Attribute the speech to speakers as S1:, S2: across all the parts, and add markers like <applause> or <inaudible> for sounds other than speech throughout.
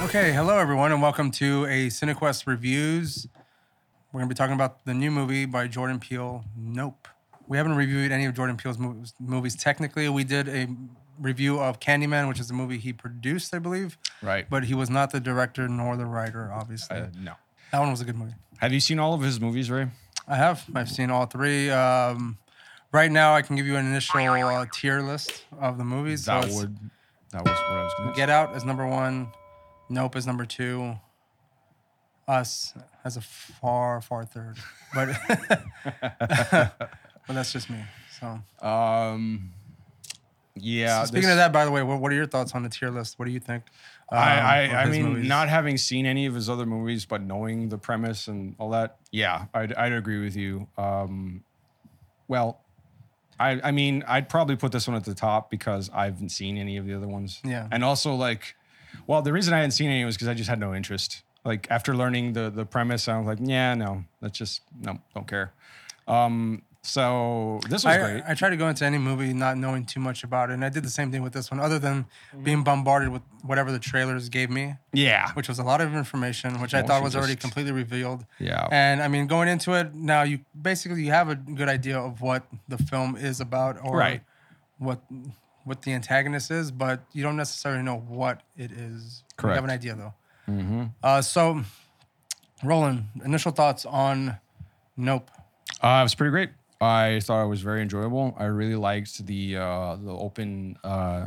S1: Okay, hello everyone, and welcome to a Cinequest reviews. We're gonna be talking about the new movie by Jordan Peele, Nope. We haven't reviewed any of Jordan Peele's movies, movies technically. We did a review of Candyman, which is the movie he produced, I believe.
S2: Right.
S1: But he was not the director nor the writer, obviously.
S2: Uh, no.
S1: that one was a good movie.
S2: Have you seen all of his movies, Ray?
S1: I have. I've seen all three. Um, right now, I can give you an initial uh, tier list of the movies. So
S2: That
S1: it's-
S2: would. That was what I was going to
S1: Get Out is number one. Nope is number two. Us has a far, far third. But <laughs> but that's just me. So
S2: Um. Yeah.
S1: speaking
S2: Uh, this-
S1: of that, by the way, what, what are your thoughts on the tier list? What do you think? um,
S2: I
S1: of
S2: I, I
S1: his
S2: mean,
S1: movies?
S2: not having seen any of his other movies, but knowing the premise and all that, yeah, I'd I'd agree with you. Um, well, I I mean, I'd probably put this one at the top because I haven't seen any of the other ones.
S1: Yeah.
S2: and also like, well, the reason I hadn't seen any was because I just had no interest. Like after learning the the premise, I was like, yeah, no, that's just no, don't care. Um, so this was
S1: I,
S2: great.
S1: I try to go into any movie not knowing too much about it, and I did the same thing with this one. Other than
S2: Mm-hmm.
S1: being bombarded with whatever the trailers gave me,
S2: yeah,
S1: which was a lot of information, which I
S2: Well,
S1: thought
S2: she
S1: was already
S2: just-
S1: completely revealed.
S2: yeah.
S1: And I mean, going into it now, you basically you have a good idea of what the film is about, or
S2: Right.
S1: what what the antagonist is, but you don't necessarily know what it is. You have
S2: Correct. Mm-hmm.
S1: an idea though. Uh, so, Roland, initial thoughts on Nope?
S2: Uh, it was pretty great. I thought it was very enjoyable. I really liked the uh, the open uh,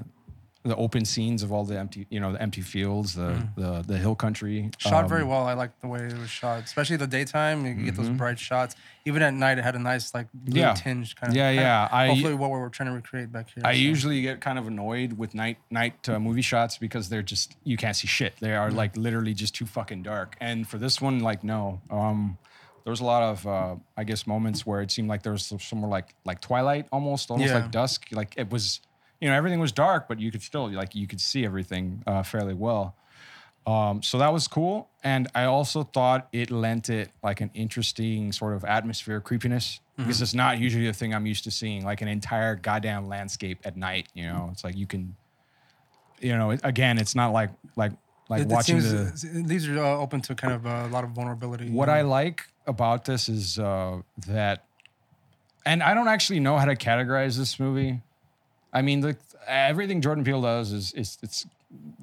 S2: the open scenes of all the empty you know the empty fields, the the, the hill country.
S1: Shot
S2: Um, Mm-hmm.
S1: very well. I like the way it was shot, especially the daytime. You get those bright shots. Even at night, it had a nice like blue
S2: Yeah.
S1: tinge kind of.
S2: Yeah,
S1: kinda-
S2: yeah. I-
S1: hopefully, what we're trying to recreate back here.
S2: I
S1: so.
S2: usually get kind of annoyed with night night uh, movie shots because they're just you can't see shit. They are like literally just too fucking dark. And for this one, like no, um, there was a lot of uh, I guess moments where it seemed like there was some- somewhere like like twilight almost, almost
S1: Yeah.
S2: like dusk. Like it was, you know, everything was dark, but you could still like you could see everything uh, fairly well. Um, so that was cool, and I also thought it lent it like an interesting sort of atmosphere of creepiness
S1: Mm-hmm.
S2: because it's not usually a thing I'm used to seeing, like an entire goddamn landscape at night. You know, it's like you can, you know, it, again, it's not like like like
S1: It, it
S2: watching
S1: seems
S2: the
S1: these are uh, open to kind of uh, a lot of vulnerability. you
S2: what
S1: know?
S2: I like about this is uh, that, and I don't actually know how to categorize this movie. I mean, the, everything Jordan Peele does is is it's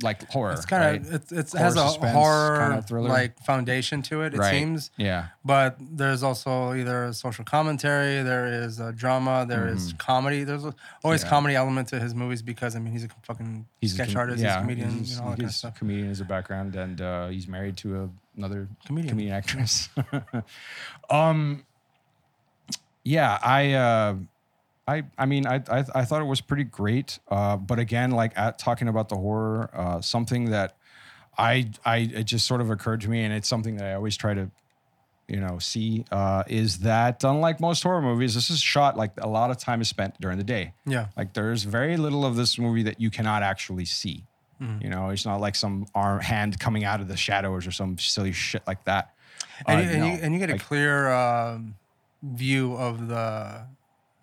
S2: like horror.
S1: It's kind of
S2: right?
S1: it's it's
S2: Horror
S1: has a
S2: suspense,
S1: horror
S2: kinda thriller.
S1: like foundation to it. It
S2: Right.
S1: seems,
S2: yeah,
S1: but there's also either social commentary, there is uh, drama, there is comedy. There's a- always
S2: Mm-hmm. Yeah.
S1: comedy element to his movies because I mean he's a fucking sketch
S2: com-
S1: artist, he's a comedian, you know, all that kind of
S2: he's a
S1: stuff.
S2: comedian as a background, and uh, he's married to a, another
S1: Comedian.
S2: comedian, actress. <laughs> um, yeah, I, uh, I, I mean, I, I, I thought it was pretty great. Uh, but again, like at, talking about the horror, uh, something that I, I, it just sort of occurred to me, and it's something that I always try to you know see uh, is that unlike most horror movies this is shot like a lot of time is spent during the day
S1: Yeah.
S2: like there's very little of this movie that you cannot actually see
S1: Mm-hmm.
S2: you know it's not like some arm hand coming out of the shadows or some silly shit like that
S1: And,
S2: Uh,
S1: you, and, you,
S2: no.
S1: and you get a
S2: Like,
S1: clear um, view of the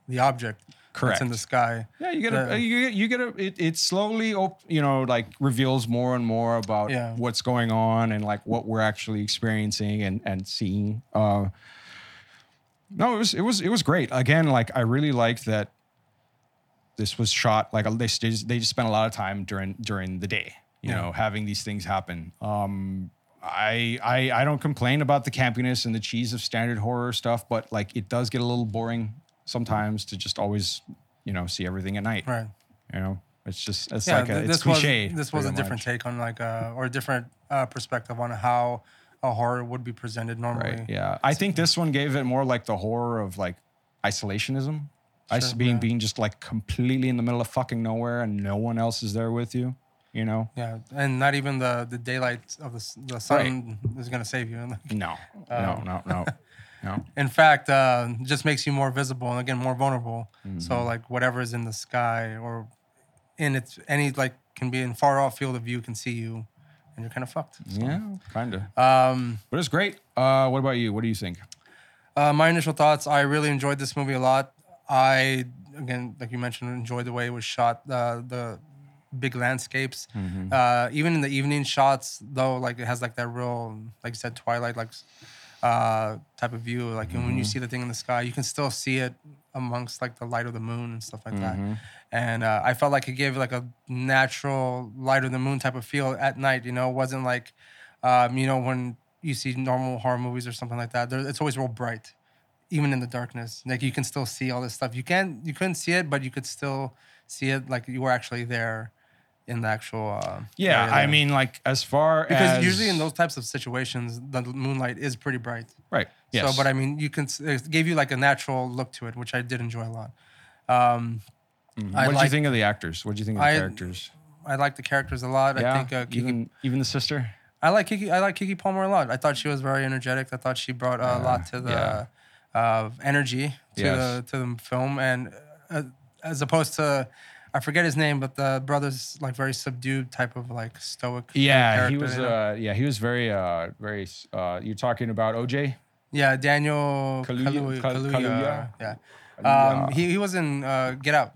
S1: the object that's in
S2: Correct.
S1: the sky.
S2: yeah you get
S1: the-
S2: a you, get- you get a it, it slowly op- you know like reveals more and more about
S1: Yeah.
S2: what's going on and like what we're actually experiencing and and seeing uh no it was it was it was great again like i really liked that this was shot like they just, they just spent a lot of time during during the day you know having these things happen um I, I i don't complain about the campiness and the cheese of standard horror stuff but like it does get a little boring sometimes to just always you know see everything at night
S1: Right.
S2: you know it's just it's
S1: yeah,
S2: like a,
S1: th-
S2: it's
S1: this was
S2: cliche
S1: this was a
S2: pretty much.
S1: different take on like a or a different uh, perspective on how a horror would be presented normally.
S2: Right. Yeah. I think this one gave it more like the horror of like isolationism. I
S1: Sure,
S2: being
S1: yeah.
S2: being just like completely in the middle of fucking nowhere and no one else is there with you. You know?
S1: Yeah, and not even the the daylight of the s- the sun is gonna save you. And, like,
S2: No. no. No. <laughs> No. No.
S1: In fact, uh, just makes you more visible and again more vulnerable. So
S2: Mm-hmm.
S1: like whatever is in the sky or in its any like can be in far off field of view can see you, and you're kind of fucked. So,
S2: Yeah. Kinda.
S1: Um,
S2: Uh, but it's great. Uh, what about you? What do you think?
S1: Uh, my initial thoughts: I really enjoyed this movie a lot. I again, like you mentioned, enjoyed the way it was shot. Uh, the big landscapes. Uh, even in the evening shots, though, like it has like that real, like you said, twilight like uh, type of view. Like and when you see the thing in the sky, you can still see it amongst like the light of the moon and stuff like that. And uh, I felt like it gave like a natural light of the moon type of feel at night. You know, it wasn't like um, you know when you see normal horror movies or something like that. there- It's always real bright even in the darkness. Like you can still see all this stuff. You can you couldn't see it, but you could still see it. Like you were actually there in the actual. Uh,
S2: Yeah,
S1: area
S2: I
S1: there.
S2: mean, like as far
S1: because
S2: as
S1: usually in those types of situations, the moonlight is pretty bright.
S2: right, yes,
S1: So, but I mean, you can s- it gave you like a natural look to it, which I did enjoy a lot. Um, I
S2: what did Mm-hmm. you
S1: like
S2: think of the actors? What did you think of the
S1: I-
S2: characters?
S1: I like the characters a lot. I think uh, Kiki,
S2: even even the sister.
S1: I like Kiki. I like Kiki Palmer a lot. I thought she was very energetic. I thought she brought a lot to the
S2: yeah.
S1: uh, energy to
S2: Yes.
S1: the to the film, and uh, as opposed to I forget his name, but the brother's like very subdued type of like stoic. kind of
S2: Yeah, he
S1: character,
S2: was.
S1: you know?
S2: Uh, yeah, he was very, uh, very. Uh, you're talking about OJ.
S1: yeah, Daniel Kaluuya.
S2: Kaluuya- Kal-
S1: Kaluuya, Yeah,
S2: Kaluuya.
S1: Um, he he was in uh, Get Out.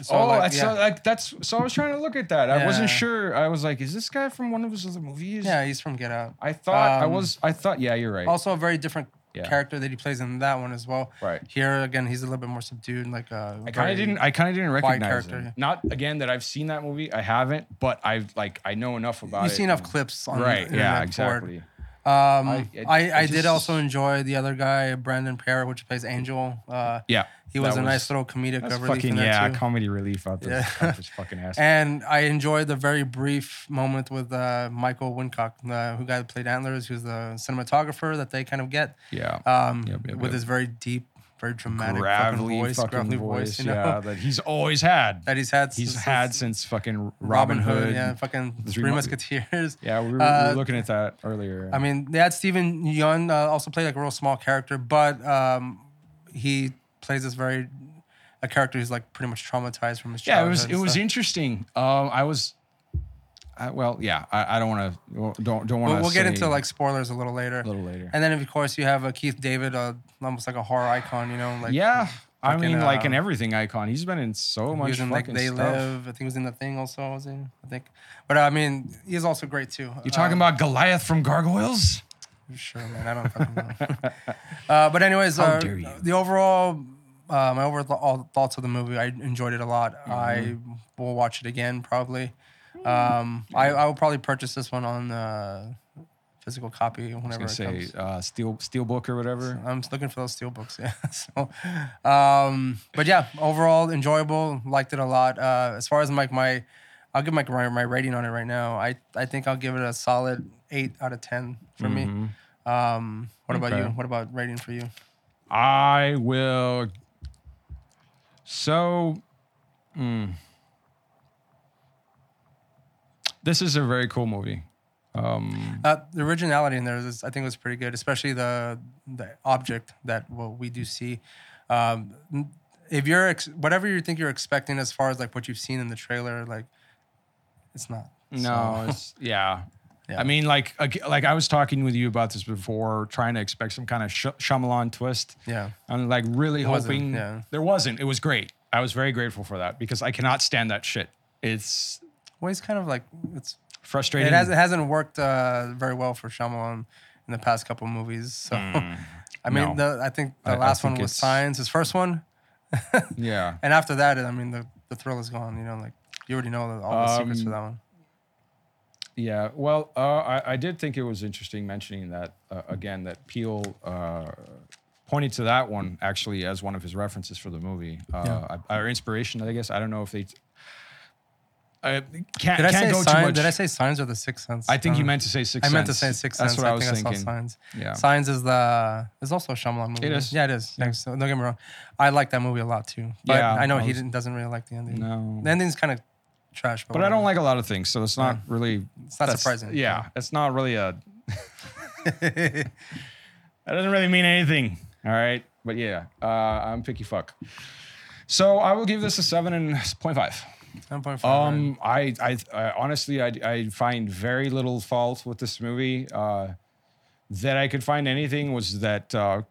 S1: So,
S2: oh,
S1: like,
S2: that's,
S1: yeah.
S2: so, like, that's so. I was trying to look at that. I wasn't
S1: Yeah.
S2: sure. I was like, is this guy from one of his other movies?
S1: yeah, he's from Get Out.
S2: I thought I
S1: Um,
S2: was. I thought. Yeah, you're right.
S1: also a very different
S2: Yeah.
S1: character that he plays in that one as well.
S2: Right.
S1: Here again, he's a little bit more subdued, like uh,
S2: I kind of didn't. I kind of didn't
S1: quiet
S2: recognize
S1: character,
S2: him.
S1: yeah.
S2: Not again that I've seen that movie. I haven't, but I've like I know enough about
S1: You've
S2: it.
S1: seen enough clips on
S2: Right.
S1: the
S2: Yeah.
S1: internet for it.
S2: Exactly.
S1: Um,
S2: I-
S1: I,
S2: it-
S1: I,
S2: it
S1: did
S2: just-
S1: also enjoy the other guy, Brandon Parr, which plays Angel. Uh,
S2: Yeah.
S1: he was
S2: that
S1: a nice little comedic
S2: That's
S1: relief
S2: fucking
S1: in there
S2: yeah,
S1: too.
S2: comedy relief out this,
S1: Yeah.
S2: out this fucking ass.
S1: <laughs> and I enjoyed the very brief moment with uh, Michael Wincock, the who guy that played Antlers, who's the cinematographer that they kind of get
S2: yeah.
S1: um,
S2: Yep, yep,
S1: with
S2: yep.
S1: his very deep, very dramatic
S2: gravelly
S1: fucking voice, gravelly voice, you know,
S2: yeah, that he's always
S1: <laughs>
S2: had.
S1: that he's had.
S2: he's
S1: since-
S2: had
S1: since
S2: since fucking
S1: Robin Hood, yeah, fucking
S2: Three
S1: Three,
S2: Mu-
S1: Musketeers.
S2: <laughs> Yeah, we were, we were
S1: Uh,
S2: looking at that earlier.
S1: I mean, they had Steven Yeun uh, also played like a real small character, but um, he plays this very a character who's like pretty much traumatized from his
S2: yeah,
S1: childhood.
S2: it was
S1: and
S2: it was
S1: stuff.
S2: interesting. Um, I was, I, well, yeah, I, I don't want to don't don't want to.
S1: We'll, we'll get into like spoilers a little later.
S2: a little later.
S1: And then of course you have uh, Keith David, uh, almost like a horror icon, you know, like
S2: yeah, I
S1: fucking,
S2: mean, like an
S1: uh,
S2: everything icon. He's been in so
S1: He
S2: much
S1: was in
S2: fucking
S1: like They
S2: stuff.
S1: Live. I think he was in the thing also. I was in, I think. But uh, I mean, he's also great too.
S2: You're talking
S1: uh,
S2: about Goliath from Gargoyles.
S1: Sure, man. I don't fucking know. <laughs> uh, but anyways, uh,
S2: dare you.
S1: the overall, uh, my overall thoughts of the movie, I enjoyed it a lot.
S2: Mm-hmm.
S1: I will watch it again probably. Um, I, I will probably purchase this one on uh, physical copy whenever
S2: I
S1: it
S2: say
S1: comes.
S2: uh, Steel Steelbook or whatever.
S1: I'm just looking for those steelbooks. <laughs> Yeah. So, um, but yeah, overall enjoyable. Liked it a lot. Uh, as far as like my, I'll give my my rating on it right now. I I think I'll give it a solid eight out of ten for me. Um, what about you?
S2: Okay.
S1: What about rating for you?
S2: I will. So, mm. this is a very cool movie. Um,
S1: Uh, the originality in there is, I think, was pretty good, especially the the object that what we do see. Um, n- if you're ex- whatever you think you're expecting as far as like what you've seen in the trailer, like it's not.
S2: <laughs> no, it's, yeah.
S1: Yeah.
S2: I mean, like, ag- like I was talking with you about this before, trying to expect some kind of sh- Shyamalan twist.
S1: Yeah.
S2: I'm like really
S1: Wasn't,
S2: hoping
S1: yeah.
S2: there wasn't. It was great. I was very grateful for that because I cannot stand that shit. It's
S1: Well, he's kind of like it's
S2: frustrating.
S1: it, has, it hasn't worked uh, very well for Shyamalan in the past couple movies. So, <laughs> I mean,
S2: Hmm. no.
S1: the, I think
S2: I-
S1: the
S2: I
S1: last
S2: think
S1: one was
S2: it's-
S1: Signs, his first one,
S2: yeah.
S1: and after that, I mean, the the thrill is gone. You know, like you already know all the secrets for
S2: Um,
S1: that one.
S2: Yeah, well, uh, I, I did think it was interesting mentioning that uh, again that Peel uh, pointed to that one actually as one of his references for the movie, uh, or inspiration, I guess. I don't know if they. I can't,
S1: Did I
S2: can't
S1: say
S2: go too much.
S1: Signs? Did I say Signs or the Sixth Sense?
S2: I think you
S1: Um,
S2: meant to say six.
S1: I meant to say Sixth
S2: That's
S1: Sense.
S2: what I, was
S1: think I
S2: thinking.
S1: saw Signs.
S2: Yeah.
S1: Signs is the is also a Shyamalan movie.
S2: It is.
S1: Yeah, it is. Thanks. So don't get me wrong. I like that movie a lot too. But
S2: Yeah,
S1: I know
S2: I
S1: he
S2: was-
S1: didn't, doesn't really like the ending.
S2: No.
S1: The ending's kind of trash. But,
S2: But I don't
S1: whatever.
S2: like a lot of things, so it's not really. It's
S1: not surprising.
S2: Yeah, it's not really a. <laughs> that doesn't really mean anything. All right, but yeah, uh, I'm picky fuck. So I will give this a seven and point five.
S1: 10.5. right?
S2: Um, I, I, I honestly, I, I find very little fault with this movie. Uh, that I could find anything was that uh,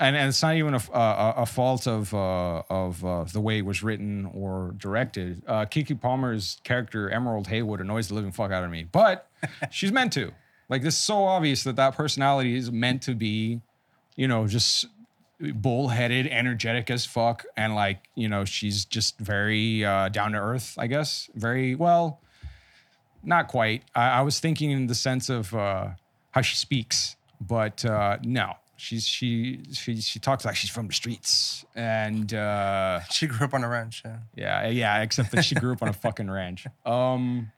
S2: and, and it's not even a, f- a- a- a fault of uh, of uh, the way it was written or directed. Uh, Kiki Palmer's character Emerald Haywood annoys the living fuck out of me, but she's meant to. Like this is so obvious that that personality is meant to be, you know, just bullheaded, energetic as fuck, and like you know she's just very uh, down to earth, I guess. Very well, not quite. I, I was thinking in the sense of uh, how she speaks, but uh, no, she's she she she talks like she's from the streets, and uh,
S1: She grew up on a ranch. Yeah.
S2: yeah, yeah. Except that she grew up on a fucking ranch. Um,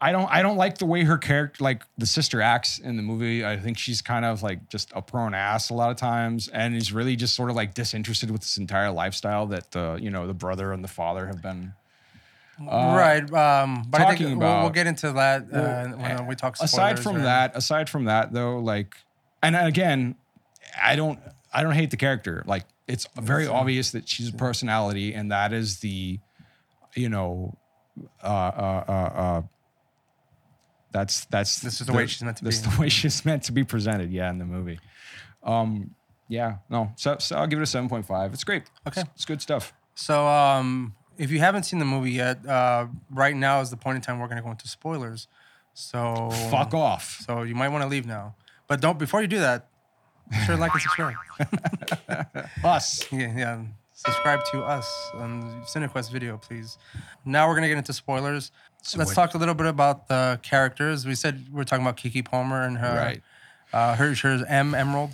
S2: I don't I don't like the way her character, like the sister, acts in the movie. I think she's kind of like just a prone ass a lot of times, and is really just sort of like disinterested with this entire lifestyle that uh, you know the brother and the father have been.
S1: right. Um, but I
S2: Uh, talking
S1: think we'll, we'll
S2: about-
S1: get into that uh,
S2: Well,
S1: when we talk. Spoilers
S2: aside from
S1: or-
S2: that aside from that though like and again i don't i don't hate the character like it's very obvious that she's a personality and that is the you know uh uh uh, uh that's that's
S1: This is the way she's meant to
S2: this
S1: be.
S2: is the way <laughs> she's meant to be presented yeah in the movie um yeah no so, so i'll give it a 7.5 it's great okay it's, it's good stuff
S1: So, um, if you haven't seen the movie yet, uh, right now is the point in time we're going to go into spoilers. So <laughs>
S2: fuck off
S1: So you might want to leave now, but don't before you do that. Be sure to like and subscribe.
S2: us
S1: <laughs> yeah, yeah. Subscribe to us on Cinequest video, please. Now we're gonna get into spoilers. Let's
S2: what-
S1: talk a little bit about the characters. We said we are talking about Kiki Palmer and her,
S2: Right.
S1: uh, her, her M Emerald.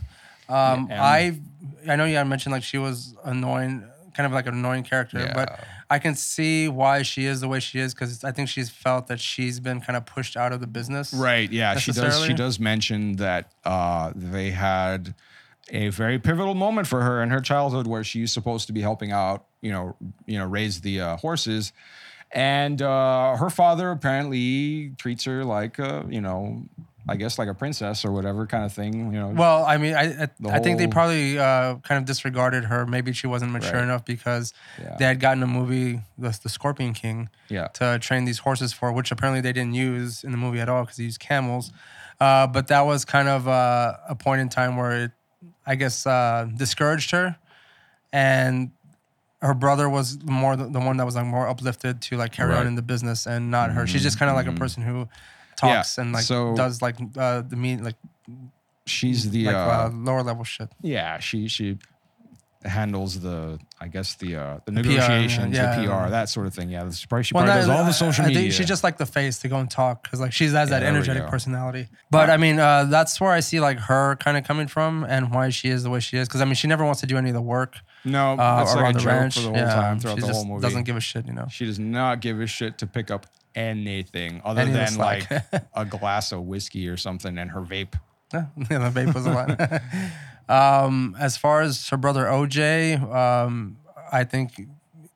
S1: Um,
S2: Yeah,
S1: I, I know you had mentioned like she was annoying, kind of like an annoying character, but
S2: Yeah.
S1: I can see why she is the way she is because I think she's felt that she's been kind of pushed out of the business.
S2: Right. Yeah. She does.
S1: necessarily.
S2: She does mention that uh, they had a very pivotal moment for her in her childhood where she's supposed to be helping out. You know. You know, raise the uh, horses. And uh, her father apparently treats her like, a, you know, I guess like a princess or whatever kind of thing. You know,
S1: Well, I mean, I I, I think they
S2: whole-
S1: probably uh, kind of disregarded her. Maybe she wasn't mature
S2: Right.
S1: enough because
S2: Yeah.
S1: they had gotten a movie, the, the Scorpion King,
S2: Yeah.
S1: to train these horses for, which apparently they didn't use in the movie at all because they used camels. Uh, but that was kind of uh, a point in time where it, I guess, uh, discouraged her, and her brother was more the, the one that was like more uplifted to like carry on
S2: Right. Mm-hmm.
S1: in the business and not her. She's just kind of like a person who talks and like
S2: so-
S1: does like uh, the mean like
S2: she's the
S1: like
S2: uh,
S1: uh, lower level shit.
S2: yeah. She she handles the I guess the uh, the negotiations,
S1: yeah.
S2: the PR, that sort of thing. Yeah, she probably, she
S1: Well,
S2: probably does
S1: no,
S2: all
S1: I-
S2: the social
S1: I
S2: media.
S1: think she just like the face to go and talk because like she has that
S2: there we
S1: energetic
S2: go.
S1: personality. But I mean, uh, that's where I see like her kind of coming from and why she is the way she is. Because I mean, she never wants to do any of the work
S2: No,
S1: uh,
S2: that's
S1: around
S2: like a
S1: the
S2: joke
S1: ranch.
S2: for the whole
S1: yeah,
S2: time throughout
S1: she
S2: the
S1: just
S2: whole movie.
S1: doesn't give a shit, you know.
S2: she does not give a shit to pick up anything other
S1: Any of the
S2: than like
S1: slack.
S2: <laughs> a glass of whiskey or something and her vape.
S1: Yeah, <laughs> the vape was a lot. <laughs> um, as far as her brother OJ, um, I think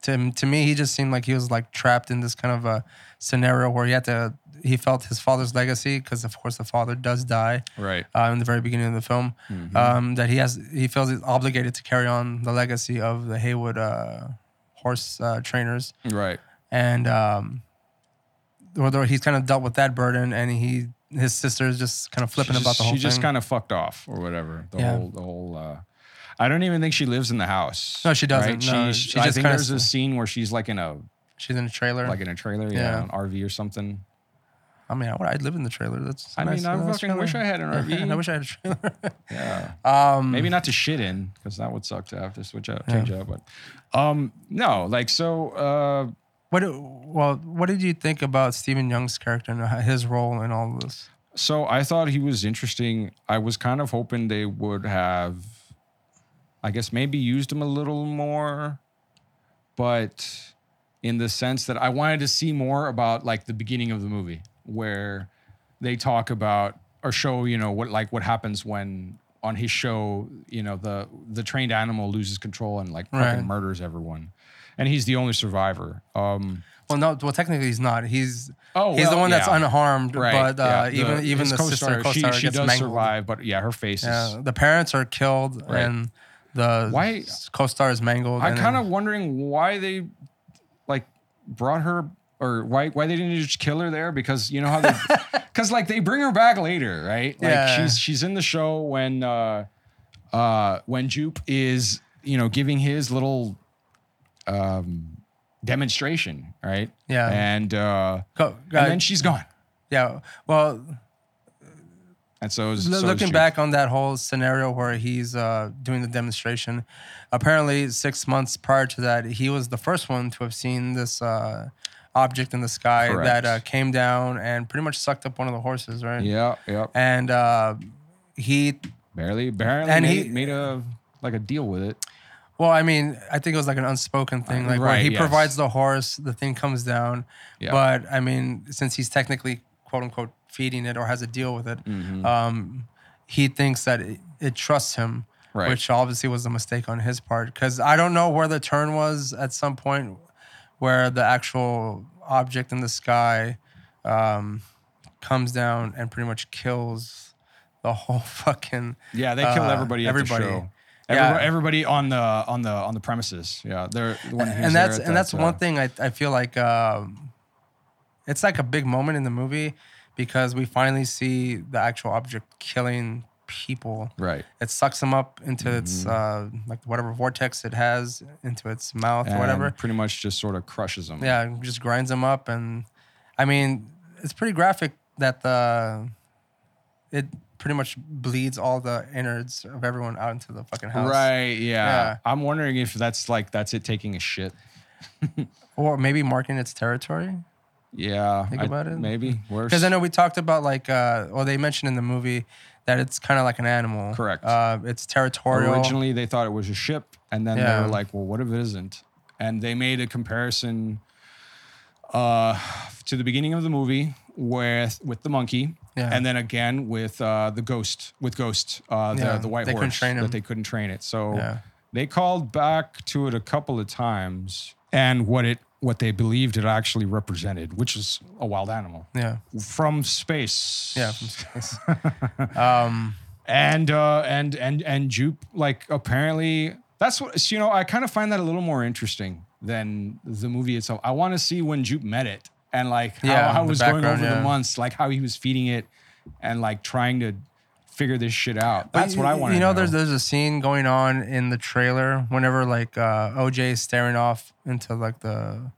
S1: to to me he just seemed like he was like trapped in this kind of a scenario where he had to. He felt his father's legacy because, of course, the father does die.
S2: Right.
S1: uh, in the very beginning of the film
S2: Mm-hmm.
S1: um, that he has he feels he's obligated to carry on the legacy of the Haywood uh, horse uh, trainers
S2: Right.
S1: and um, although he's kind of dealt with that burden and he his sister is just kind of flipping
S2: she
S1: about
S2: just,
S1: the whole
S2: she
S1: thing.
S2: just kind of fucked off or whatever. The
S1: Yeah.
S2: whole the whole uh I don't even think she lives in the house.
S1: No, she doesn't.
S2: She,
S1: No,
S2: she,
S1: she
S2: I
S1: just
S2: think
S1: kinda
S2: there's a scene where she's like in a
S1: She's in a trailer.
S2: like in a trailer, yeah,
S1: Yeah.
S2: an RV or something.
S1: I mean, I would I'd live in the trailer. That's
S2: I mean, I fucking wish <laughs> I had
S1: <laughs>
S2: an RV.
S1: I wish I had a trailer.
S2: <laughs> Yeah.
S1: um,
S2: maybe not to shit in because that would suck to have to switch out, change out. But um, no, like so. Uh,
S1: what? Well, what did you think about Stephen Young's character and his role in all of this?
S2: So I thought he was interesting. I was kind of hoping they would have, I guess, maybe used him a little more, but in the sense that I wanted to see more about like the beginning of the movie where they talk about or show, you know, what like what happens when on his show, you know, the the trained animal loses control and like
S1: Right.
S2: fucking murders everyone. And he's the only survivor. Um
S1: Well, no. Well, technically, he's not. He's
S2: Oh,
S1: he's the
S2: well,
S1: one that's
S2: yeah.
S1: unharmed.
S2: right.
S1: But uh,
S2: yeah,
S1: even even
S2: his
S1: the sister
S2: co-star,
S1: co
S2: she, she
S1: gets
S2: does
S1: mangled.
S2: survive, but yeah, her face is
S1: Yeah, the parents are killed
S2: Right.
S1: and the
S2: Why-
S1: co-star is mangled.
S2: I'm
S1: and-
S2: kind of wondering why they like brought her or why why they didn't just kill her there because you
S1: <laughs>
S2: know how they because like they bring her back later right like
S1: Yeah.
S2: she's she's in the show when uh uh when Jupe is you know giving his little um demonstration right
S1: Yeah.
S2: and uh
S1: Go, uh,
S2: and then she's gone
S1: yeah. Well,
S2: and so, is,
S1: Lo-
S2: so is
S1: looking
S2: Jupe.
S1: back on that whole scenario where he's uh, doing the demonstration, apparently six months prior to that, he was the first one to have seen this uh, object in the sky
S2: Correct.
S1: that uh, came down and pretty much sucked up one of the horses, right?
S2: yeah yeah
S1: And uh, he,
S2: barely barely
S1: And
S2: made,
S1: he-
S2: made a like a deal with it
S1: well, I mean, I think it was like an unspoken thing. Like
S2: right,
S1: when he
S2: yes.
S1: provides the horse, the thing comes down.
S2: Yeah.
S1: But I mean, since he's technically quote unquote feeding it or has a deal with it,
S2: Mm-hmm.
S1: um, he thinks that it, it trusts him.
S2: Right.
S1: which obviously was a mistake on his part because I don't know where the turn was at some point where the actual object in the sky um, comes down and pretty much kills the whole <laughs> fucking.
S2: Yeah, they
S1: uh,
S2: kill everybody at
S1: everybody.
S2: the show.
S1: Yeah.
S2: Everybody, everybody on the on the on the premises. Yeah, they're when he was
S1: and that's
S2: there at
S1: and that's
S2: that,
S1: one
S2: uh,
S1: thing I, I feel like um, it's like a big moment in the movie because we finally see the actual object killing people.
S2: Right,
S1: It sucks them up into its uh, like whatever vortex it has into its mouth or
S2: Mm-hmm. and
S1: whatever.
S2: Pretty much just sort of crushes them.
S1: yeah, just grinds them up, and I mean, it's pretty graphic that the it pretty much bleeds all the innards of everyone out into the fucking house,
S2: Right. Yeah.
S1: Yeah.
S2: I'm wondering if that's like that's it taking a shit.
S1: Or maybe marking its territory.
S2: Yeah.
S1: Think about it. <laughs>
S2: Maybe worse.
S1: Because I know we talked about like, uh, well, they mentioned in the movie that it's kind of like an animal.
S2: Correct.
S1: Uh, it's territorial.
S2: Originally, they thought it was a ship, and then they
S1: Yeah.
S2: were like, "Well, what if it isn't?" And they made a comparison uh, to the beginning of the movie with with the monkey,
S1: Yeah.
S2: and then again with uh, the ghost with ghost uh, the,
S1: Yeah,
S2: the white
S1: they couldn't
S2: horse
S1: train him.
S2: that they couldn't train it. So
S1: Yeah.
S2: they called back to it a couple of times, and what it what they believed it actually represented, which is a wild animal
S1: yeah,
S2: from space.
S1: yeah. from space.
S2: <laughs>
S1: um,
S2: and uh and and and jupe like apparently that's what so, you know i kind of find that a little more interesting than the movie itself i want to see when jupe met it and like how,
S1: Yeah,
S2: how it
S1: the
S2: was going
S1: background,
S2: over the
S1: yeah.
S2: months like how he was feeding it and like trying to figure this shit out that's what i want
S1: You
S2: to
S1: know, there's there's a scene going on in the trailer whenever like uh, OJ is staring off into like the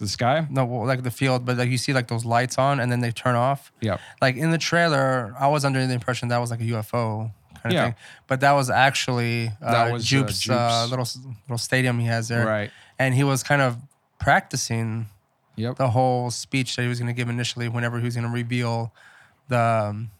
S2: the sky
S1: no well, like the field, but like you see like those lights on and then they turn off.
S2: yeah
S1: Like in the trailer, I was under the impression that was like a UFO kind of
S2: Yeah.
S1: thing, but that was actually uh,
S2: That was, uh,
S1: Jupe's, uh,
S2: Jupe's.
S1: little little stadium he has there,
S2: right
S1: and he was kind of practicing <laughs>
S2: yep
S1: the whole speech that he was going to give initially whenever he was going to reveal the um,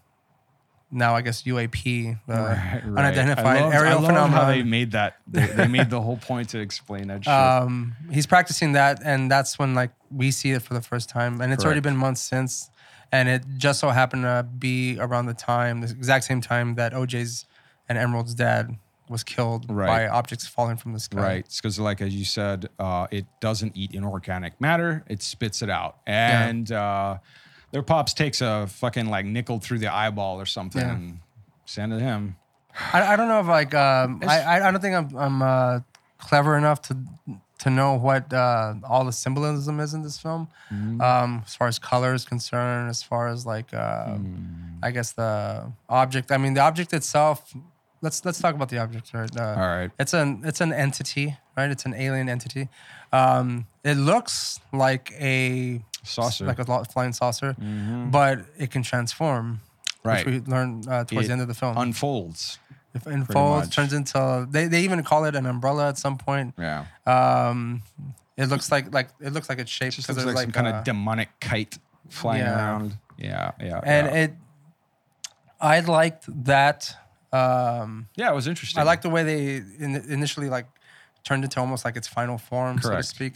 S1: now I guess UAP, the
S2: Right, right.
S1: unidentified
S2: I loved- I
S1: aerial
S2: loved How they
S1: phenomenon.
S2: made that. They, they made the whole point to explain
S1: <laughs>
S2: that shit.
S1: Um, he's practicing that, and that's when like we see it for the first time, and it's already
S2: Correct.
S1: been months since, and it just so happened to be around the time, the exact same time that OJ's and Emerald's dad was killed by
S2: Right.
S1: objects falling from the sky.
S2: Right. Because, like, as you said, uh, it doesn't eat inorganic matter, it spits it out. And uh, their pops takes a fucking like nickel through the eyeball or something
S1: Yeah.
S2: and send it to him.
S1: I, I don't know if like um, I I- I don't think I'm I'm uh, clever enough to to know what uh, all the symbolism is in this film,
S2: Mm-hmm.
S1: um, as far as color is concerned, as far as like uh,
S2: Hmm.
S1: I guess the object. I mean, the object itself. Let's let's talk about the object. Right? Uh,
S2: All right.
S1: It's an it's an entity, right? It's an alien entity. Um, it looks like a
S2: Saucer. Mm-hmm.
S1: like a lo- flying saucer, but it can transform.
S2: Right.
S1: Which we learned uh, towards
S2: It
S1: the end of the film.
S2: Unfolds.
S1: If unfolds,
S2: much.
S1: turns into they, they even call it an umbrella at some point.
S2: Yeah.
S1: Um, it looks like like it looks like it's shaped
S2: Just
S1: because
S2: looks
S1: there's
S2: like,
S1: like,
S2: some kind
S1: uh,
S2: of demonic kite flying
S1: Yeah.
S2: around. Yeah. Yeah.
S1: and
S2: yeah.
S1: it. I liked that. Um,
S2: yeah, it was interesting.
S1: I like the way they in, initially like turned into almost like its final form, so to
S2: Correct.
S1: speak,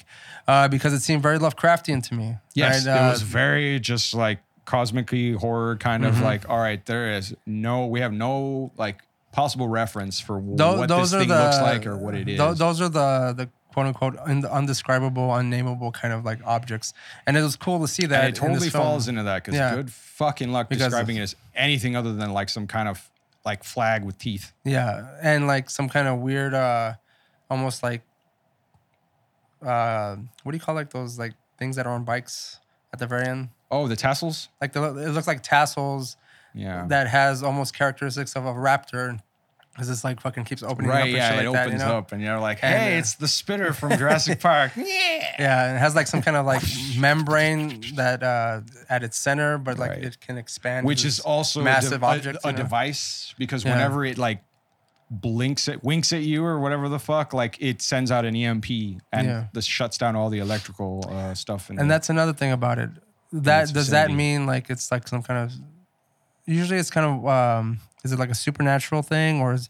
S1: uh, because it seemed very Lovecraftian to me.
S2: Yes,
S1: right?
S2: it
S1: Uh, Mm-hmm.
S2: was very just like cosmically horror kind of like. All right, there is no, we have no like possible reference for
S1: tho-
S2: what
S1: those
S2: this
S1: are
S2: thing
S1: the,
S2: looks like or what it is.
S1: tho- those are the the quote unquote un- undescribable, unnameable kind of like objects, and it was cool to see that.
S2: and it
S1: in this
S2: totally
S1: film.
S2: falls into that because
S1: Yeah.
S2: good fucking luck
S1: Because of-
S2: describing it as anything other than like some kind of like flag with teeth.
S1: Yeah, and like some kind of weird, uh almost like, uh, what do you call like those like things that are on bikes at the very end.
S2: Oh, the tassels.
S1: Like the, it looks like tassels
S2: Yeah.
S1: that has almost characteristics of a raptor. Because it's like fucking keeps opening up
S2: right.
S1: and
S2: Yeah.
S1: shit
S2: it
S1: like that.
S2: opens
S1: you know?
S2: up, and you're like,
S1: And,
S2: "Hey,
S1: uh,
S2: it's the spitter
S1: <laughs>
S2: from Jurassic Park." yeah.
S1: Yeah, and it has like some
S2: <laughs>
S1: kind of like membrane that uh at its center, but like
S2: Right.
S1: it can expand.
S2: which
S1: to
S2: is
S1: this
S2: also a de-
S1: massive
S2: a,
S1: object.
S2: a
S1: you know?
S2: device because
S1: Yeah.
S2: whenever it like blinks it winks at you or whatever the fuck like it sends out an emp and
S1: Yeah.
S2: this shuts down all the electrical uh, stuff in
S1: And
S2: the-
S1: that's another thing about it. That
S2: its
S1: does that
S2: vicinity.
S1: mean like it's like some kind of usually it's kind of um is it like a supernatural thing or is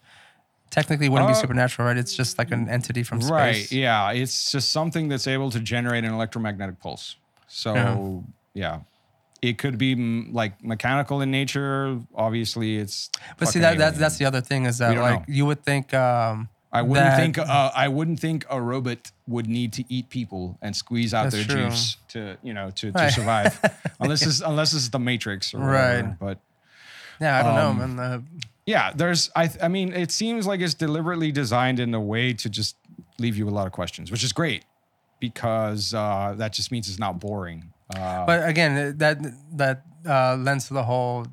S1: technically it wouldn't
S2: Uh,
S1: be supernatural, right? It's just like an entity from space.
S2: right yeah it's just something that's able to generate an electromagnetic pulse so yeah, it could be mm, like mechanical in nature obviously it's
S1: But see
S2: fucking
S1: that, that
S2: alien.
S1: that's the other thing is
S2: We
S1: that
S2: don't
S1: like
S2: know.
S1: you would think um
S2: I wouldn't
S1: that-
S2: think uh, I wouldn't think a robot would need to eat people and squeeze out
S1: That's
S2: their
S1: true.
S2: juice to you know to, to
S1: Right.
S2: survive,
S1: <laughs>
S2: unless it's unless it's the Matrix or
S1: Right.
S2: whatever. But
S1: yeah, I don't
S2: um,
S1: know, man. Uh,
S2: yeah, there's I th- I mean it seems like it's deliberately designed in a way to just leave you a lot of questions, which is great because uh, that just means it's not boring. Uh,
S1: But again, it- that that uh, lends to the whole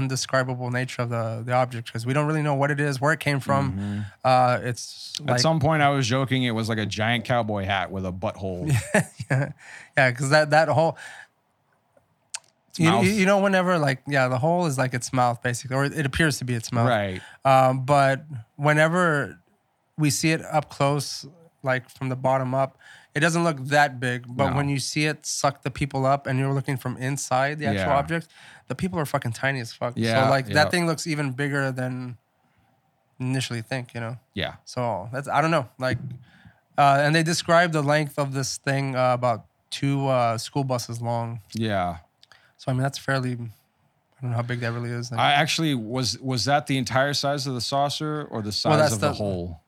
S1: undescribable nature of the the object because we don't really know what it is, where it came from.
S2: Mm-hmm.
S1: Uh, it's
S2: at
S1: like
S2: some point, I was joking. It was like a giant cowboy hat with a
S1: <laughs>
S2: butthole.
S1: yeah, because that that whole. You,
S2: mouth.
S1: you you know, whenever like yeah, the hole is like its mouth basically, or it appears to be its mouth.
S2: right.
S1: Um, but whenever we see it up close, like from the bottom up, it doesn't look that big. But
S2: No.
S1: when you see it suck the people up and you're looking from inside the actual
S2: Yeah.
S1: object, the people are fucking tiny as fuck.
S2: Yeah,
S1: so like
S2: yeah.
S1: that thing looks even bigger than initially think, you know.
S2: Yeah.
S1: So that's I don't know. Like uh, and they describe the length of this thing uh, about two uh, school buses long.
S2: Yeah.
S1: So I mean that's fairly I don't know how big that really is. Like,
S2: I actually was was that the entire size of the saucer or the size
S1: that's
S2: of the,
S1: the-
S2: hole?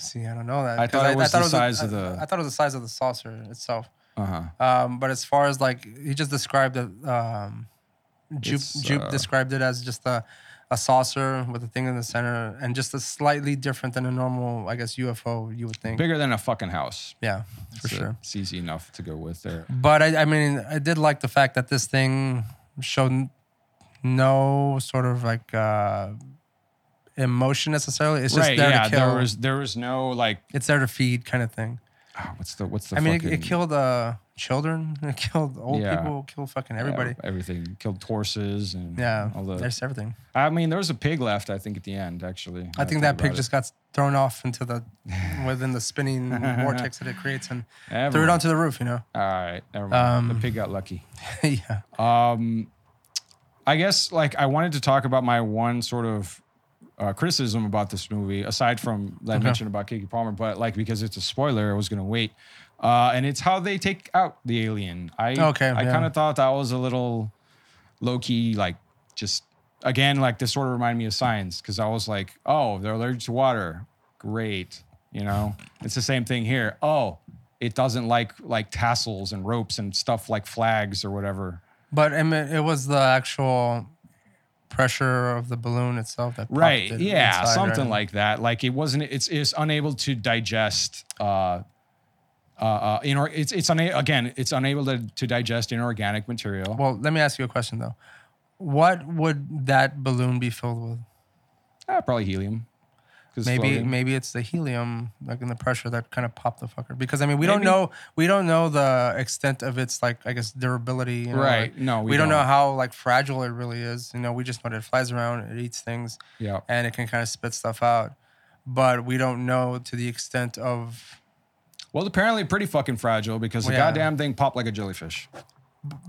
S1: See, I don't know that.
S2: I
S1: 'cause
S2: thought it was the size
S1: I-
S2: of the-
S1: I, thought it was the size of the saucer itself.
S2: Uh huh.
S1: Um, but as far as like he just described it, um, Jupe,
S2: It's,
S1: Jupe
S2: uh,
S1: described it as just a, a saucer with a thing in the center and just a slightly different than a normal, I guess, UFO. You would think.
S2: Bigger than a fucking house.
S1: Yeah, for
S2: So
S1: sure.
S2: It's easy enough to go with there.
S1: Mm-hmm. But I, I mean, I did like the fact that this thing showed n- no sort of like uh, emotion necessarily. It's just
S2: right.
S1: there
S2: Yeah.
S1: to kill.
S2: There was there was no like
S1: it's there to feed, kind of thing.
S2: ah, what's the what's the
S1: I mean, it,
S2: fucking,
S1: it killed uh, children, <laughs> it killed old
S2: Yeah.
S1: people, it killed fucking
S2: yeah,
S1: everybody.
S2: everything killed horses and
S1: Yeah,
S2: all the.
S1: there's everything.
S2: I mean, there was a pig left. I think at the end actually. now
S1: I think that pig
S2: about it.
S1: just got thrown off into
S2: <laughs>
S1: the within the spinning vortex that it creates and threw
S2: Never
S1: it
S2: mind.
S1: onto the roof. You know, <laughs>
S2: All right. Never mind.
S1: Um,
S2: the pig got lucky.
S1: yeah,
S2: Um, I guess like I wanted to talk about my one sort of uh, criticism about this movie, aside from that I
S1: Okay.
S2: mentioned about Kiki Palmer, but like because it's a spoiler, I was gonna wait. Uh, and it's how they take out the alien. I
S1: Okay,
S2: I
S1: yeah.
S2: kind of thought that was a little low key, like just again, like this sort of reminded me of science because I was like, oh, they're allergic to water. Great, you know, it's the same thing here. Oh, it doesn't like like tassels and ropes and stuff like flags or whatever.
S1: but I mean, it was the actual pressure of the balloon itself that popped
S2: right
S1: it
S2: yeah
S1: inside,
S2: something
S1: right?
S2: like that like it wasn't it's it's unable to digest uh uh, uh in or it's it's una- again it's unable to, to digest inorganic material
S1: Well, let me ask you a question though. What would that balloon be filled with?
S2: Ah, probably helium 'cause it's
S1: Maybe
S2: floating.
S1: maybe it's the helium, like in the pressure that kind of popped the fucker. Because I mean, we don't
S2: Maybe.
S1: know we don't know the extent of its like I guess durability. You know,
S2: right
S1: like,
S2: no
S1: we, don't know how like fragile it really is. You know, we just know that it flies around, it eats things,
S2: yeah
S1: and it can kind of spit stuff out. But we don't know to the extent of.
S2: well apparently pretty fucking fragile because the
S1: Yeah.
S2: goddamn thing popped like a jellyfish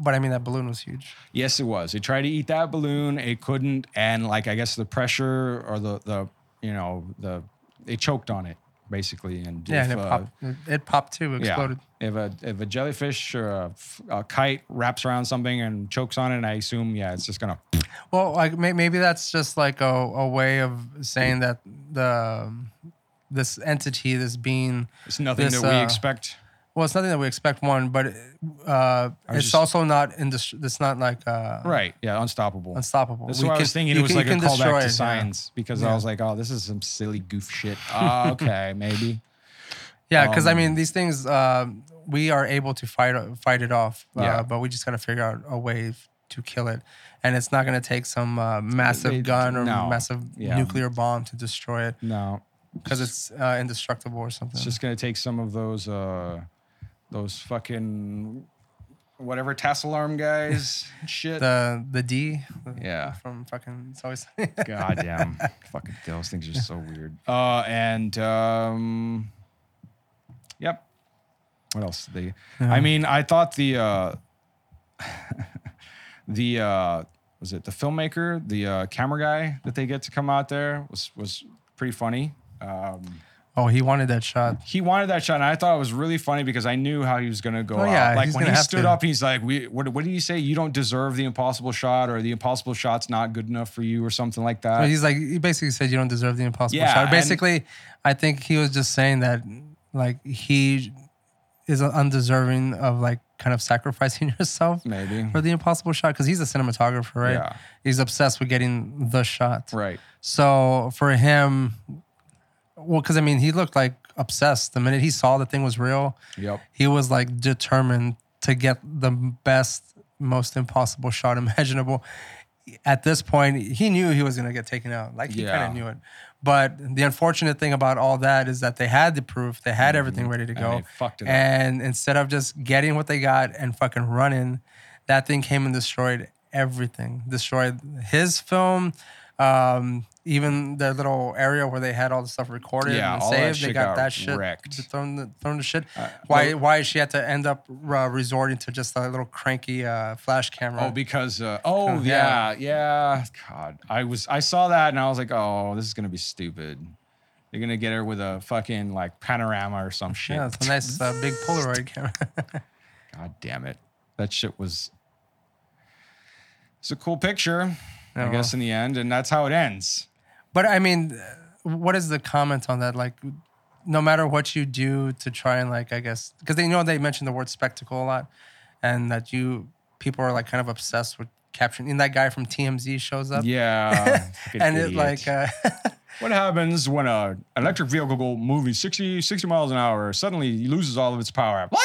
S1: But I mean, that balloon was huge.
S2: Yes, it was. It tried to eat that balloon. It couldn't, and like I guess the pressure or the the you know the it choked on it basically, and
S1: Yeah,
S2: if,
S1: and it
S2: uh,
S1: popped. It, it popped too. It exploded.
S2: Yeah. If a if a jellyfish or a, f- a kite wraps around something and chokes on it, I assume yeah, it's just gonna.
S1: Well, like may, maybe that's just like a, a way of saying that the um, this entity, this being,
S2: It's nothing
S1: This,
S2: that we
S1: uh,
S2: expect.
S1: Well, it's nothing that we expect one, but uh,
S2: I was
S1: it's
S2: just-
S1: also not in this. It's not like uh,
S2: Right. Yeah. Unstoppable.
S1: unstoppable.
S2: That's
S1: We
S2: why I
S1: can-
S2: was thinking it
S1: you
S2: was
S1: can-
S2: like
S1: you
S2: a
S1: can destroy
S2: callback
S1: it, yeah.
S2: to science because I
S1: Yeah. <laughs>
S2: was like, oh, this is some silly goof shit. Ah, okay, maybe.
S1: Yeah, because I
S2: Um,
S1: mean these things uh, we are able to fight fight it off, uh,
S2: Yeah.
S1: but we just got to figure out a way f- to kill it, and it's not going to take some uh,
S2: They-
S1: massive gun or
S2: no.
S1: massive
S2: Yeah.
S1: nuclear bomb to destroy it
S2: No,
S1: because it's uh, indestructible or something.
S2: It's just gonna take some of those uh those fucking whatever tassel arm
S1: <laughs>
S2: guys shit.
S1: the the D.
S2: Yeah.
S1: From fucking it's always <laughs>
S2: Goddamn. fucking those things are so weird. <laughs> Uh and um Yep. What else did they
S1: Uh-huh.
S2: I mean, I thought the uh <laughs> the uh was it the filmmaker, the uh camera guy that they get to come out there was was pretty funny. Um
S1: oh he wanted that shot.
S2: he wanted that shot, and I thought it was really funny because I knew how he was going to go
S1: Oh,
S2: out.
S1: yeah,
S2: like
S1: he's
S2: when
S1: gonna
S2: he
S1: have
S2: stood
S1: to.
S2: up, he's like, "We, what, what did he say? You don't deserve the impossible shot, or the impossible shot's not good enough for you, or something like that."
S1: He's like he basically said you don't deserve the impossible
S2: Yeah,
S1: shot.
S2: and-
S1: Basically, I think he was just saying that like he is undeserving of like kind of sacrificing <laughs> yourself.
S2: Maybe.
S1: for the impossible shot because he's a cinematographer, right?
S2: Yeah.
S1: He's obsessed with getting the shot.
S2: Right.
S1: So for him, well, because I mean, he looked like obsessed the minute he saw the thing was real.
S2: Yep.
S1: He was like determined to get the best, most impossible shot imaginable. At this point, he knew he was going to get taken out. Like he
S2: Yeah.
S1: kind of knew it. But the unfortunate thing about all that is that they had the proof, they had everything ready to
S2: And
S1: go.
S2: they fucked it up.
S1: And instead of just getting what they got and fucking running, that thing came and destroyed everything. Destroyed his film, um, even their little area where they had all the stuff recorded
S2: Yeah,
S1: and
S2: all that
S1: saved. They
S2: shit
S1: got,
S2: got
S1: that shit
S2: wrecked. Uh,
S1: thrown, the, thrown to shit. why? why she had to end up uh, resorting to just a little cranky uh, flash camera?
S2: Oh, because uh, oh yeah,
S1: Yeah.
S2: yeah. God, I was I saw that and I was like, oh, this is gonna be stupid. They're gonna get her with a fucking like panorama or some shit.
S1: yeah, it's a nice uh, big Polaroid camera. <laughs>
S2: God damn it. That shit was. It's a cool picture, I
S1: Yeah.
S2: guess, in the end. And that's how it ends.
S1: But I mean, uh, what is the comment on that? Like, no matter what you do to try and like, I guess, because they know they mentioned the word spectacle a lot, and that you people are like kind of obsessed with capturing. And that guy from TMZ shows up,
S2: Yeah. fucking
S1: <laughs> and
S2: idiot.
S1: it like, uh, <laughs>
S2: what happens when a electric vehicle moves 60, 60 miles an hour suddenly loses all of its power? <laughs> Wah!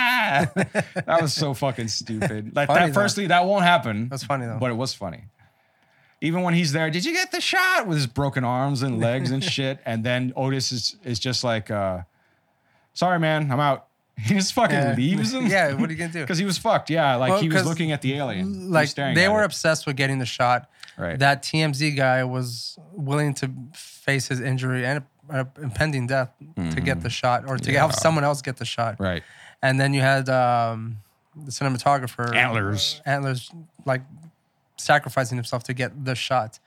S2: that was so fucking
S1: <laughs>
S2: stupid. Like
S1: Funny,
S2: that,
S1: though.
S2: firstly, that won't happen.
S1: That's funny, though.
S2: But it was funny. Even when he's there, did you get the shot with his broken arms and legs
S1: <laughs>
S2: and shit? And then Otis is is just like, uh, sorry, man, I'm out. <laughs> He just fucking
S1: Yeah.
S2: leaves him.
S1: <laughs> Yeah,
S2: <laughs>
S1: what are you gonna do?
S2: Because he was fucked. Yeah, like
S1: Well,
S2: he was
S1: 'cause,
S2: looking at the alien. He was
S1: like
S2: staring
S1: they
S2: at
S1: were
S2: it.
S1: obsessed with getting the shot.
S2: Right.
S1: That TMZ guy was willing to face his injury and uh, impending death to get the shot, or to help someone else get the shot.
S2: Mm-hmm. right.
S1: And then you had um, the cinematographer
S2: Antlers.
S1: Antlers like sacrificing himself to get the shot.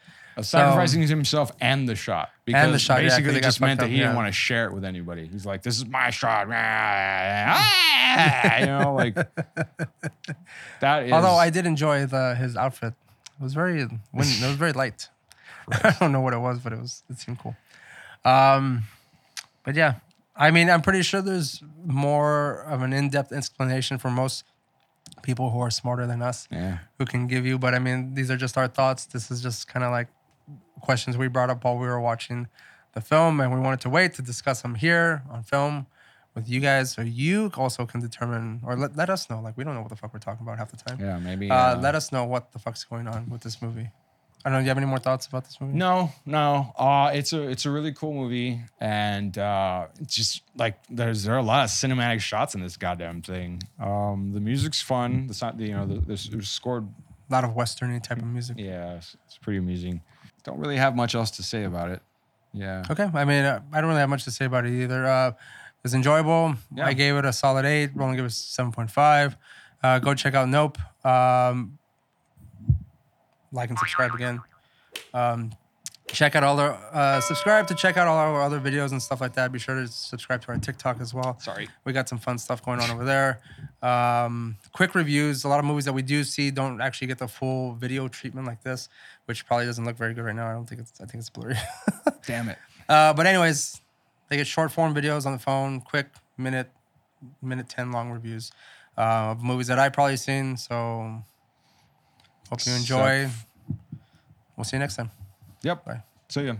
S2: sacrificing himself and the shot. Because
S1: the shot, yeah, 'cause
S2: basically
S1: they got
S2: just meant
S1: fucked
S2: that
S1: up,
S2: he
S1: yeah.
S2: didn't want to share it with anybody. He's like, this is my shot. <laughs> you know, like that is
S1: Although I did enjoy the his outfit. It was very wind, it was very light. <laughs> I don't know what it was, but it was it seemed cool. Um, but yeah, I mean, I'm pretty sure there's more of an in-depth explanation for most people who are smarter than us
S2: Yeah.
S1: who can give you. But I mean, these are just our thoughts. This is just kind of like questions we brought up while we were watching the film, and we wanted to wait to discuss them here on film with you guys, so you also can determine or let, let us know. Like we don't know what the fuck we're talking about half the time.
S2: Yeah, maybe
S1: Uh, let us know what the fuck's going on with this movie. I don't know. Do you have any more thoughts about this movie?
S2: No, no. Uh, it's a it's a really cool movie, and uh, it's just like there's there are a lot of cinematic shots in this goddamn thing. Um, the music's fun. The sound, you know, the, the, it was scored.
S1: A lot of westerny type of music.
S2: Yeah, it's, it's pretty amusing. Don't really have much else to say about it. Yeah,
S1: Okay. I mean, uh, I don't really have much to say about it either. Uh, it's enjoyable.
S2: Yeah.
S1: I gave it a solid eight. Roland gave it seven point five. Uh, go check out Nope. Um, like and subscribe again. Um, check out all our uh, subscribe to check out all our other videos and stuff like that. Be sure to subscribe to our TikTok as well.
S2: Sorry.
S1: we got some fun stuff going on over there. Um, quick reviews. A lot of movies that we do see don't actually get the full video treatment like this, which probably doesn't look very good right now. I don't think it's. I think it's blurry. <laughs>
S2: damn it.
S1: Uh, but anyways, they get short form videos on the phone, quick minute, minute ten long reviews uh, of movies that I've probably seen. So hope you enjoy. We'll see you next time.
S2: Yep.
S1: Bye.
S2: See ya.